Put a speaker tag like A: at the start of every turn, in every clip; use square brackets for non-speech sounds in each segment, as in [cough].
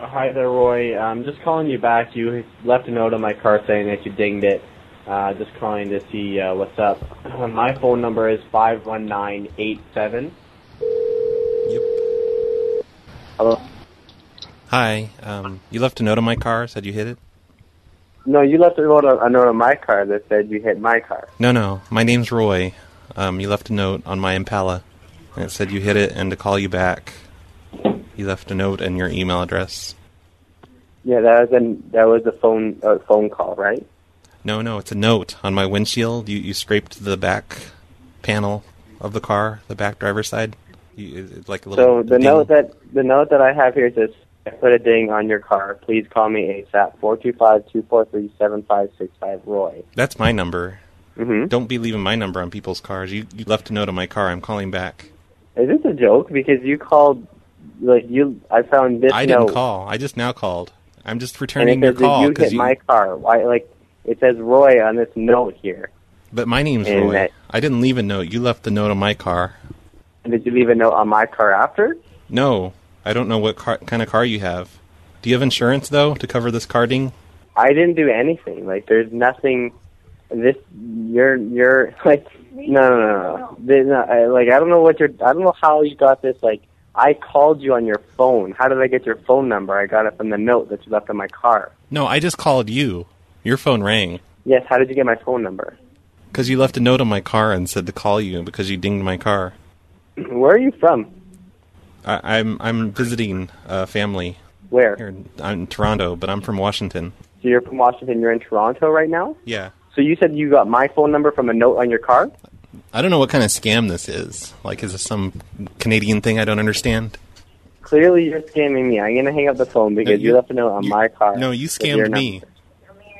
A: Hi there, Roy. I'm just calling you back. You left a note on my car saying that you dinged it. Uh, just calling to see uh, what's up. [clears throat] My phone number is five one nine eight seven.
B: Yep.
A: Hello.
B: Hi. Um, you left a note on my car. Said you hit it.
A: No, you left a note, on, a note on my car that said you hit my car.
B: No, no. My name's Roy. Um, you left a note on my Impala, and it said you hit it and to call you back. You left a note and your email address.
A: Yeah, that was an that was a phone uh, phone call, right?
B: No, no. It's a note on my windshield. You you scraped the back panel of the car, the back driver's side. You, it's like a
A: So
B: little.
A: the
B: ding.
A: note that the note that I have here says, "I put a ding on your car. Please call me ASAP. Four two five two four three seven five six five. Roy."
B: That's my number.
A: Mhm.
B: Don't be leaving my number on people's cars. You you left a note on my car. I'm calling back.
A: Is this a joke? Because you called, like you, I found this
B: I
A: note.
B: didn't call. I just now called. I'm just
A: And it
B: returning your
A: says,
B: call.
A: "Did you
B: 'cause
A: hit my car?" Why, like it says Roy on this note here.
B: But my name's
A: And
B: Roy.
A: that-
B: I didn't leave a note. You left the note on my car.
A: Did you leave a note on my car after?
B: No, I don't know what car, kind of car you have. Do you have insurance though to cover this carding?
A: I didn't do anything. Like there's nothing. This you're you're [laughs] like no no no no. There's not- I- like I don't know what you're. I don't know how you got this. Like I called you on your phone. How did I get your phone number? I got it from the note that you left on my car.
B: No, I just called you. Your phone rang
A: Yes. How did you get my phone number? [clears throat]
B: because you left a note on my car and said to call you because you dinged my car.
A: Where are you from?
B: I, I'm I'm visiting a family.
A: Where?
B: Here, in- I'm in Toronto, but I'm from Washington.
A: So you're from Washington. You're in Toronto right now.
B: Yeah,
A: So you said you got my phone number from a note on your car.
B: I don't know what kind of scam this is. Like, is this some Canadian thing I don't understand?
A: Clearly, you're scamming me. I'm gonna hang up the phone because you,
B: you-
A: left a note on my car.
B: No, you
A: with your
B: scammed me.
A: number.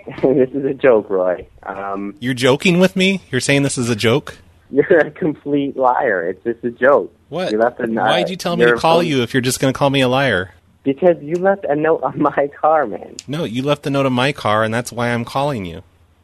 A: [laughs] this is a joke, Roy. Um, [laughs]
B: You're joking with me? You're saying this is a joke?
A: You're a complete liar. It's just a joke.
B: What?
A: You left a note.
B: Why'd you tell me to
A: You're-
B: call you if you're just going to call me a liar?
A: Because you left a note on my car, man.
B: No, you left the note on my car, and that's why I'm calling you.